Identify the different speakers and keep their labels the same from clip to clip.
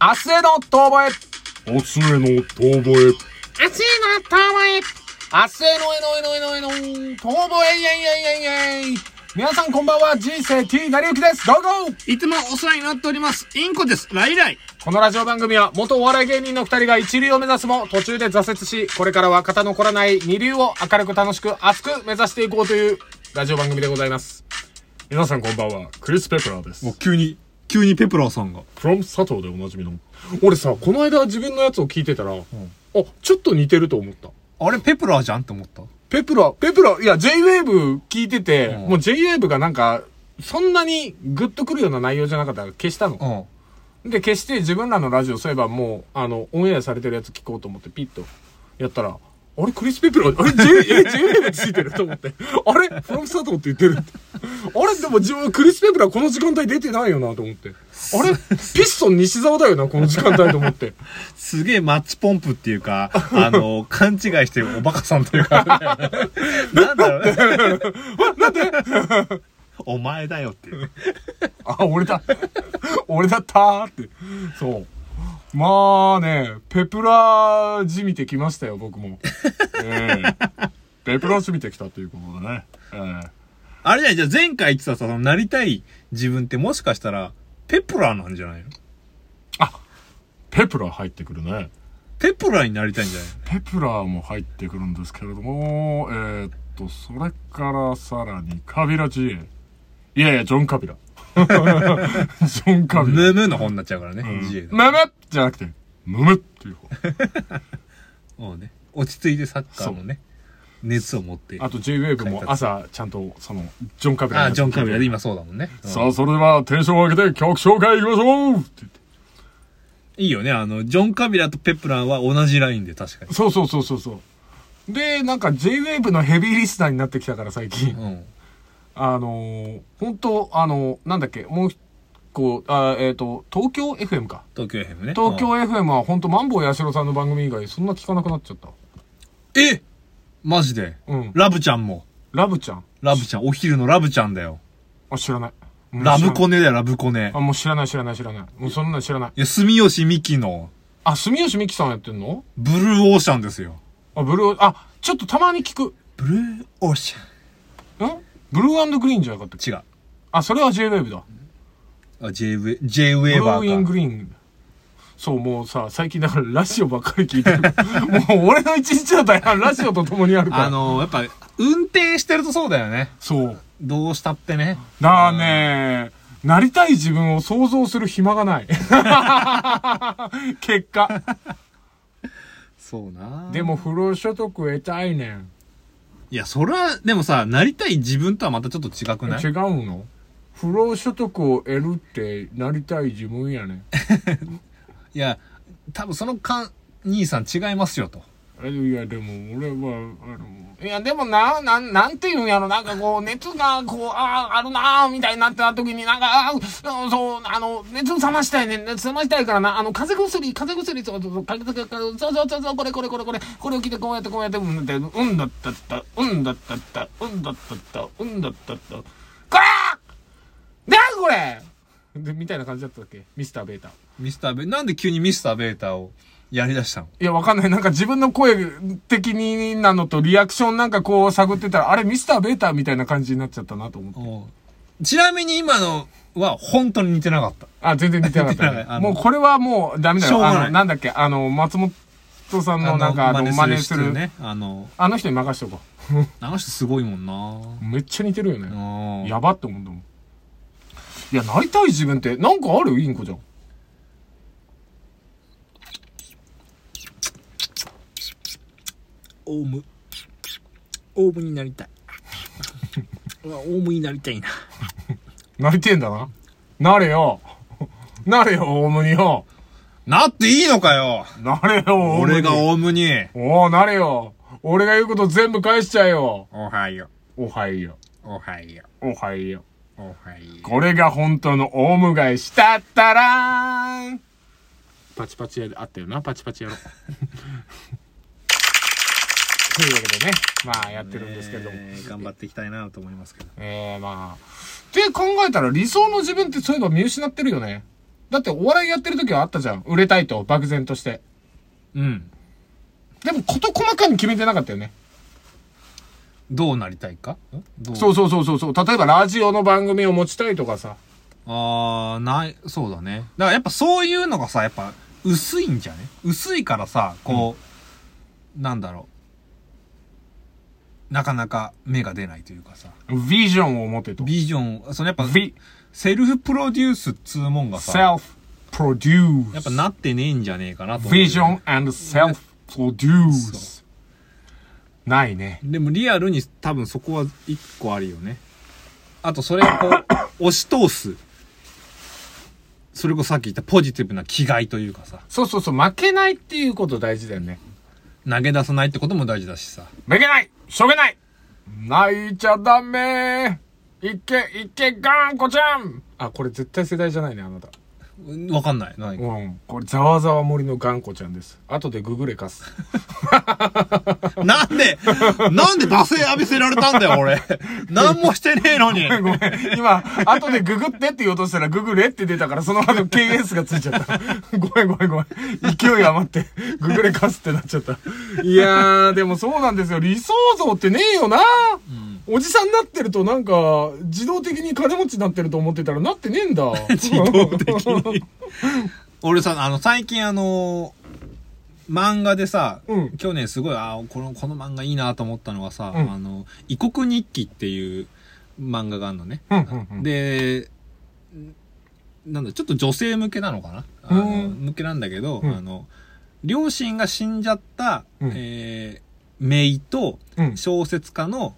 Speaker 1: 明日への遠吠え
Speaker 2: 明日への遠
Speaker 1: 明日
Speaker 2: 吠え。
Speaker 1: への遠吠え明日へのえのえのえのえの遠吠えイエイイエイイエイイエイ皆さんこんばんは、人生 T なりゆきです。どうぞ
Speaker 3: いつもお世話になっております。インコです。ライライ。
Speaker 1: このラジオ番組は元お笑い芸人の二人が一流を目指すも途中で挫折し、これからは肩のこらない二流を明るく楽しく熱く目指していこうというラジオ番組でございます。皆さんこんばんは、クリス・ペプラーです。
Speaker 2: もう急に、急にペプラーさんが。
Speaker 1: from 佐藤でおなじみの。俺さ、この間自分のやつを聞いてたら、あ、ちょっと似てると思った。
Speaker 2: あれ、ペプラーじゃんって思った。
Speaker 1: ペプラ、ペプラ、いや、J-Wave 聞いてて、もう J-Wave がなんか、そんなにグッとくるような内容じゃなかったから消したの。
Speaker 2: うん。
Speaker 1: で、消して自分らのラジオ、そういえばもう、あの、オンエアされてるやつ聞こうと思って、ピッとやったら、あれ、クリス・ペプラー、あれ、J、え、J-Wave ついてると思って、あれ、フロム佐藤って言ってるって。あれ、でも自分、クリス・ペプラーこの時間帯出てないよなと思って。あれ、ピストン西沢だよな、この時間帯と思って。
Speaker 2: すげえマッチポンプっていう か、あの、勘違いしてるおバカさんというか、なんだろうね。 なんでお前だよっていう。
Speaker 1: あ、俺だ。俺だったーって。そう。まあね、ペプラーじみてきましたよ、僕も。ええペプラーじみてきたということだね。え
Speaker 2: あれじゃないじゃあ前回言ってたさ、そのなりたい自分ってもしかしたら、ペプラーなんじゃないの
Speaker 1: えペプラー入ってくるね。
Speaker 2: ペプラーになりたいんじゃな
Speaker 1: ペ
Speaker 2: い
Speaker 1: プラーも入ってくるんですけれども、えーっと、それからさらに、カビラ GA。いやいや、ジョン・カビラ。 ジョン・カビラ。
Speaker 2: ムムの方になっちゃうからね、自衛
Speaker 1: ムムじゃなくて、ムムっていう方。
Speaker 2: もうね、落ち着いてサッカーのね、熱を持って。
Speaker 1: あと J-Wave も朝ちゃんとそのジョン・カビラ
Speaker 2: あ、ジョン・カビラで今そうだもんね。うん
Speaker 1: さあそれではテンションを上げて曲紹介いきましょうって言って
Speaker 2: いいよね、あの、ジョン・カビラとペプラーは同じラインで確かに。
Speaker 1: そうそうそうそうそうでなんか J-Wave のヘビーリスナーになってきたから最近、
Speaker 2: うん。
Speaker 1: あのー、本当あのーなんだっけもう一個あえっ、と東京 FM か
Speaker 2: 東京 FM ね。
Speaker 1: 東京
Speaker 2: うん
Speaker 1: FM は本当マンボウ八代さんの番組以外そんな聞かなくなっちゃった
Speaker 2: えマジで、
Speaker 1: うん
Speaker 2: ラブちゃんも。
Speaker 1: ラブちゃん
Speaker 2: ラブちゃん、お昼のラブちゃんだよ。
Speaker 1: あ知らないもう知ら
Speaker 2: ラ
Speaker 1: ない
Speaker 2: ブコネだよ、ラブコネ
Speaker 1: あ。もう知らない知らない知らないもうそんなの知らない
Speaker 2: いや、住吉美紀の
Speaker 1: あ住吉美紀さんやってんの
Speaker 2: ブルーオーシャンですよ。
Speaker 1: あブルーあちょっとたまに聞く
Speaker 2: ブルーオーシ
Speaker 1: んブルーグリーンじゃなかったっけ
Speaker 2: ャン。違う。
Speaker 1: あ、それは J-Wave だ。
Speaker 2: あ、J ウェ、J ウ
Speaker 1: ブ
Speaker 2: ェ
Speaker 1: ル
Speaker 2: ーバ
Speaker 1: ーイン
Speaker 2: ーか。
Speaker 1: グリーン。そう、もうさ、最近だからラジオばっかり聞いてる。 もう俺の一日の大半ラジオと共にあるから。
Speaker 2: あのー、やっぱ、運転してるとそうだよね。
Speaker 1: そう。
Speaker 2: どうしたってね。
Speaker 1: だからね、なりたい自分を想像する暇がない。 結果。
Speaker 2: そうな
Speaker 1: でも、不労所得得たいねん。
Speaker 2: いや、それは、でもさ、なりたい自分とはまたちょっと違くない
Speaker 1: 違うの不労所得を得るって、なりたい自分やねん。
Speaker 2: いや、多分そのか、兄さん違いますよと。
Speaker 1: えいや、でも、俺は、あの、いや、でもな、なん、なんていうんやろ、なんかこう、熱が、こう、ああ、あるなあみたいになってた時に、なんか、ああうんそう、あの、熱冷ましたいね、熱冷ましたいからな、あの、風邪薬、風邪薬、そうそうそう、風邪薬、そうそうそう、そうこれ、これ、これ、これ、これを着て、こうやって、こうやって、うんだって、うんだったった、うんだったった、うんだったった、うんだったった、これなんこれで、みたいな感じだったっけミスターベータ。
Speaker 2: ミスターベ、なんで急にミスターベータをやり出したの
Speaker 1: いや、わかんない。なんか自分の声的になのとリアクションなんかこう探ってたら、あれミスターベーターみたいな感じになっちゃったなと思って。
Speaker 2: ちなみに今のは本当に似てなかった。
Speaker 1: あ、全然似てなかっ
Speaker 2: 似てな
Speaker 1: た、
Speaker 2: い あ
Speaker 1: ね。
Speaker 2: の
Speaker 1: もうこれはもうダメだ
Speaker 2: しょう
Speaker 1: よ。
Speaker 2: がない
Speaker 1: あの、なんだっけ、あの、松本さんのなんか、あの、真似する。
Speaker 2: ね。あの、
Speaker 1: あの人に任しとこ
Speaker 2: あの人すごいもん
Speaker 1: う。めっちゃ似てるよね。
Speaker 2: な
Speaker 1: やばって思うんだもん。いや、なりたい自分って、なんかあるインコじゃん。
Speaker 3: オウム。オウムになりたい。うわオウムになりたいな。
Speaker 1: なりてえんだな。なれよ。 なれよ、オウムによ。
Speaker 2: なっていいのかよ
Speaker 1: なれよ、オウムに
Speaker 2: 俺がオウムに。
Speaker 1: おお、なれよ。俺が言うこと全部返しちゃえよ。
Speaker 2: おはよ
Speaker 1: おはいよ。
Speaker 2: う、おはよ
Speaker 1: おはいよ。
Speaker 2: う、おはよ
Speaker 1: これが本当のオウム返し。たったらーんパチパチやで、あったよな、パチパチ やろう。というわけでね、まあやって
Speaker 2: う。
Speaker 1: るんですけども。
Speaker 2: えー頑張っていきたいなと思いますけど。
Speaker 1: えー、まあ。って考えたら理想の自分ってそういえば見失ってるよね。だってお笑いやってる時はあったじゃん。売れたいと、漠然として。
Speaker 2: うん。
Speaker 1: でも、こと細かに決めてなかったよね。
Speaker 2: どうなりたいかんどう
Speaker 1: そうそうそうそうそう。例えば、ラジオの番組を持ちたいとかさ。
Speaker 2: ああ、ない、そうだね。だからやっぱそういうのがさ、やっぱ薄いんじゃね薄いからさ、こう、なんだろう。なかなか目が出ないというかさ。
Speaker 1: ビジョンを持てと。
Speaker 2: ビジョン、そのやっぱ、
Speaker 1: ビ、
Speaker 2: セルフプロデュースっつうもんが
Speaker 1: セ
Speaker 2: さ、
Speaker 1: ルフ、プロデュース。
Speaker 2: やっぱなってねえんじゃねえかなと思う。
Speaker 1: ビジョン and self produce
Speaker 2: そ。
Speaker 1: ないね。
Speaker 2: でもリアルに多分そこは一個あるよね。あとそれを こう、押し通す。それこそさっき言ったポジティブな気概というかさ、
Speaker 1: そうそうそう、負けないっていうこと大事だよね。
Speaker 2: 投げ出さないってことも大事だしさ。
Speaker 1: 負けないしょげない泣いちゃダメいけ、いけ、ガンコちゃんあ、これ絶対世代じゃないね、あなた。
Speaker 2: うんわかんない。何 か
Speaker 1: うん。これ、ざわざわ森のガンコちゃんです。後でググれかす。
Speaker 2: なんで、なんで罵声浴びせられたんだよ、 俺。何もしてねえのに。
Speaker 1: ごめん。今、後でググってって言おうとしたら、ググれって出たから、その後 KS がついちゃった。ごめんごめんごめん。勢い余って、ググれかすってなっちゃった。いやー、でもそうなんですよ。理想像ってねえよな、おじさんになってるとなんか、自動的に金持ちになってると思ってたらなってねえんだ。
Speaker 2: 自動的に。 俺さ、あの、最近あの漫画でさ、
Speaker 1: うん
Speaker 2: 去年すごい、あーこの、この漫画いいなと思ったのがさ、
Speaker 1: うん
Speaker 2: あの、異国日記っていう漫画があるのね。
Speaker 1: うんうんうん
Speaker 2: で、なんだ、ちょっと女性向けなのかな
Speaker 1: う
Speaker 2: あの
Speaker 1: ん
Speaker 2: 向けなんだけど、
Speaker 1: うん
Speaker 2: あの、両親が死んじゃった、
Speaker 1: うん
Speaker 2: えー、姪と
Speaker 1: うん
Speaker 2: 小説家の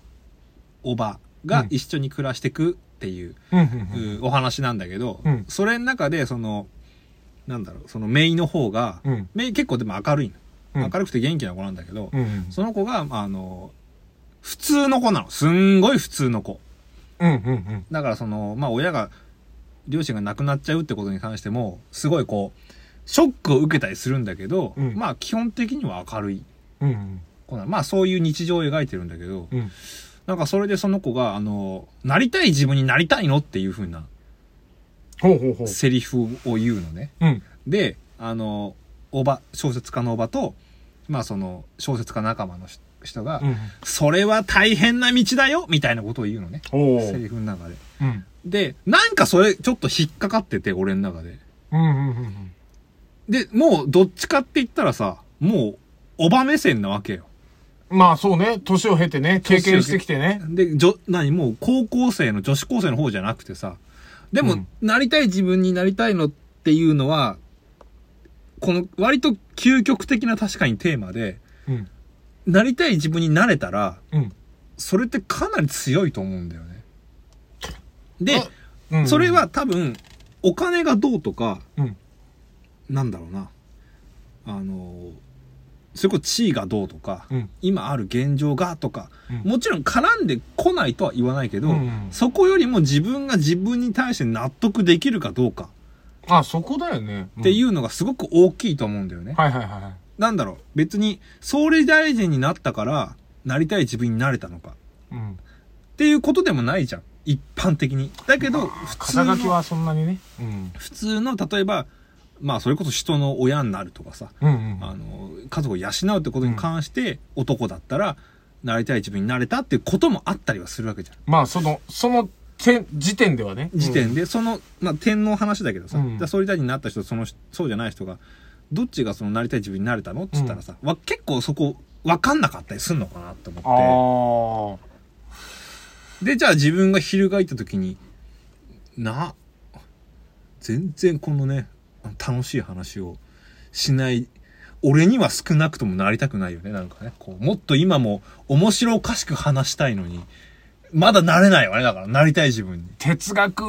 Speaker 2: おばが一緒に暮らしてくっていう、
Speaker 1: うんうん
Speaker 2: うんお話なんだけど、
Speaker 1: うん
Speaker 2: それの中でそのなんだろうそのメイの方が、
Speaker 1: うん
Speaker 2: メイ結構でも明るいの、
Speaker 1: うん
Speaker 2: 明るくて元気な子なんだけど、
Speaker 1: うんうん
Speaker 2: その子があの普通の子なのすんごい普通の子
Speaker 1: うんうんうん
Speaker 2: だからそのまあ親が両親が亡くなっちゃうってことに関してもすごいこうショックを受けたりするんだけど、
Speaker 1: うん
Speaker 2: まあ基本的には明るい
Speaker 1: うん
Speaker 2: 子なのまあそういう日常を描いてるんだけど、
Speaker 1: うん
Speaker 2: なんかそれでその子があのなりたい自分になりたいのっていう風な
Speaker 1: ほうほうほう。
Speaker 2: セリフを言うのね
Speaker 1: うん
Speaker 2: であのおば小説家のおばとまあその小説家仲間のし人が、
Speaker 1: うん
Speaker 2: それは大変な道だよ」みたいなことを言うのね
Speaker 1: ほう
Speaker 2: セリフの中で
Speaker 1: うん
Speaker 2: でなんかそれちょっと引っかかってて俺の中で
Speaker 1: うんうんうんうん
Speaker 2: でもうどっちかって言ったらさもうおば目線なわけよ
Speaker 1: まあそうね、年を経てね、経験してきてね。
Speaker 2: でじょ何もう高校生の女子高生の方じゃなくてさでも、
Speaker 1: うん
Speaker 2: なりたい自分になりたいのっていうのはこの割と究極的な確かにテーマで、
Speaker 1: うん
Speaker 2: なりたい自分になれたら、
Speaker 1: うん
Speaker 2: それってかなり強いと思うんだよね。で、
Speaker 1: うん
Speaker 2: それは、多分、お金がどうとか、
Speaker 1: うん
Speaker 2: なんだろうな、あの、それこそ地位がどうとか、
Speaker 1: うん
Speaker 2: 今ある現状がとか、
Speaker 1: うん
Speaker 2: もちろん絡んでこないとは言わないけど、
Speaker 1: うん
Speaker 2: そこよりも自分が自分に対して納得できるかどうか
Speaker 1: あ、そこだよね。
Speaker 2: っていううのがすごく大きいと思うんだよね
Speaker 1: ん。。はいはいはいはい。
Speaker 2: なんだろう、別に総理大臣になったから、なりたい自分になれたのか。
Speaker 1: うん。
Speaker 2: っていうことでもないじゃん。一般的に。だけど、普通
Speaker 1: 肩書き
Speaker 2: の、
Speaker 1: はそんなにね。うん。
Speaker 2: 普通の、例えば、まあ、それこそ人の親になるとかさ、
Speaker 1: うんうん。
Speaker 2: あの、家族を養うってことに関して、男だったら、なりたい自分になれたっていうこともあったりはするわけじゃん。
Speaker 1: まあその、その点、時点ではね。
Speaker 2: 時点で、その、まあ、天皇話だけどさ、
Speaker 1: うん
Speaker 2: だから総理大臣になった人、その、そうじゃない人が、どっちがその、なりたい自分になれたのって言ったらさ、わ結構そこ、わかんなかったりすんのかなって思って。
Speaker 1: うん。ああ。
Speaker 2: で、じゃあ自分が翻った時に、な、全然このね、楽しい話をしない、俺には少なくともなりたくないよね、なんかね。こうもっと今も面白おかしく話したいのに、まだなれないわね、だから、なりたい自分に。
Speaker 1: 哲学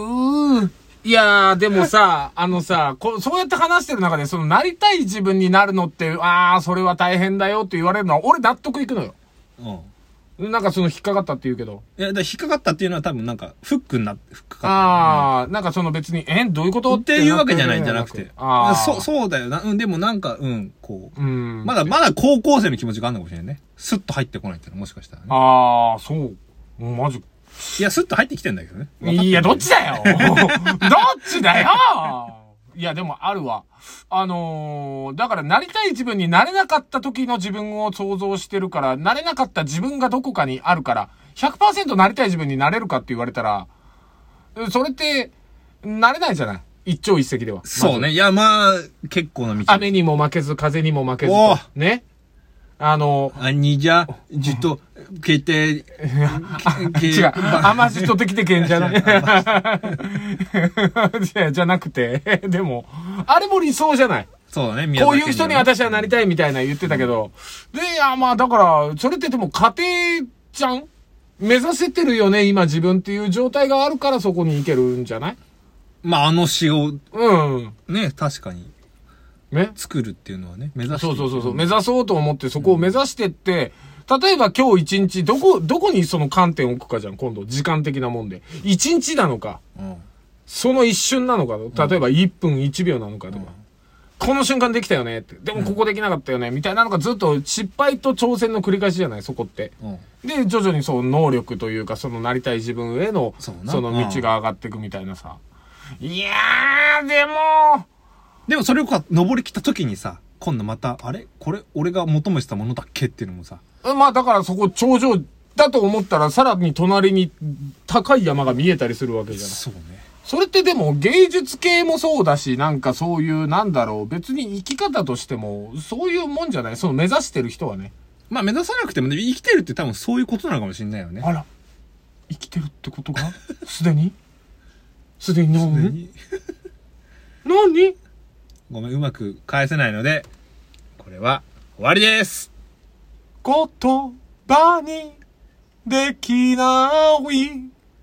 Speaker 1: いやー、でも さ、あのさ、こう、そうやって話してる中で、その、なりたい自分になるのって、ああ、それは大変だよって言われるのは、俺納得いくのよ。
Speaker 2: うん。い
Speaker 1: なんかその、引っかかったって言うけど。
Speaker 2: や、だから引っかかったっていうのは多分なんか、フックになって、フックかか
Speaker 1: ああ、なんかその別に、えどういうこ
Speaker 2: った
Speaker 1: と
Speaker 2: っていうわけじゃないんじゃなくて。
Speaker 1: ああ。
Speaker 2: そう、そうだよな。うん、でもなんか、うん、こう。
Speaker 1: うん。
Speaker 2: まだ、まだ高校生の気持ちがあるのかもしれないね。スッと入ってこないっていうのはもしかしたらね。
Speaker 1: ああ、そう。マジ。
Speaker 2: いや、スッと入ってきてんだけどね。
Speaker 1: いや、どっちだよどっちだよいや、でもあるわ。あのーだからなりたい自分になれなかった時の自分を想像してるから、なれなかった自分がどこかにあるから、100%なりたい自分になれるかって言われたら、それって、なれないじゃない一朝一夕では。
Speaker 2: そうね。いや、まあ、結構な道。
Speaker 1: 雨にも負けず、風にも負けずと
Speaker 2: おー。
Speaker 1: ね。あの、
Speaker 2: あにじゃ、じっと、けて、け
Speaker 1: 違う。甘じっとできてけんじゃない。じゃ じゃなくて、でも、あれも理想じゃない。
Speaker 2: そうだね、宮
Speaker 1: こう
Speaker 2: 崎
Speaker 1: いう人に私はなりたいみたいな言ってたけど。で、いや、まあだから、それってでも家庭じゃん目指せてるよね、今自分っていう状態があるからそこに行けるんじゃない
Speaker 2: まあ、あの詩
Speaker 1: う
Speaker 2: を
Speaker 1: ん。
Speaker 2: ね、確かに
Speaker 1: ね。
Speaker 2: 作るっていうのはね、目指して
Speaker 1: そうそうそうそう。
Speaker 2: 目
Speaker 1: 目指そうと思って、そこを目指してって、例えば今日一日、どこ、どこにその観点を置くかじゃん、今度。時間的なもんで。一日なのか、その一瞬なのか、例えば1分1秒なのかとか。この瞬間できたよねって。でもここできなかったよね、みたいなのがずっと失敗と挑戦の繰り返しじゃない、そこって。
Speaker 2: うん。うん。
Speaker 1: で、徐々にその能力というか、そのなりたい自分への、そ
Speaker 2: そうな
Speaker 1: の道が上がっていくみたいなさ。いやー、でも、
Speaker 2: でもそれをか登りきった時にさ、今度また、あれこれ、俺が求めてたものだっけっていうのもさ、
Speaker 1: まあだからそこ頂上だと思ったらさらに隣に高い山が見えたりするわけじゃない。
Speaker 2: そうね。
Speaker 1: それってでも芸術系もそうだし、なんかそういうなんだろう、別に生き方としてもそういうもんじゃないその目指してる人はね。
Speaker 2: まあ目指さなくてもね、生きてるって多分そういうことなのかもしれないよね。
Speaker 1: あら、生きてるってことがすでにすでに何
Speaker 2: 何
Speaker 1: 何
Speaker 2: ごめん、うまく返せないので、これは終わりです
Speaker 1: 言葉にできない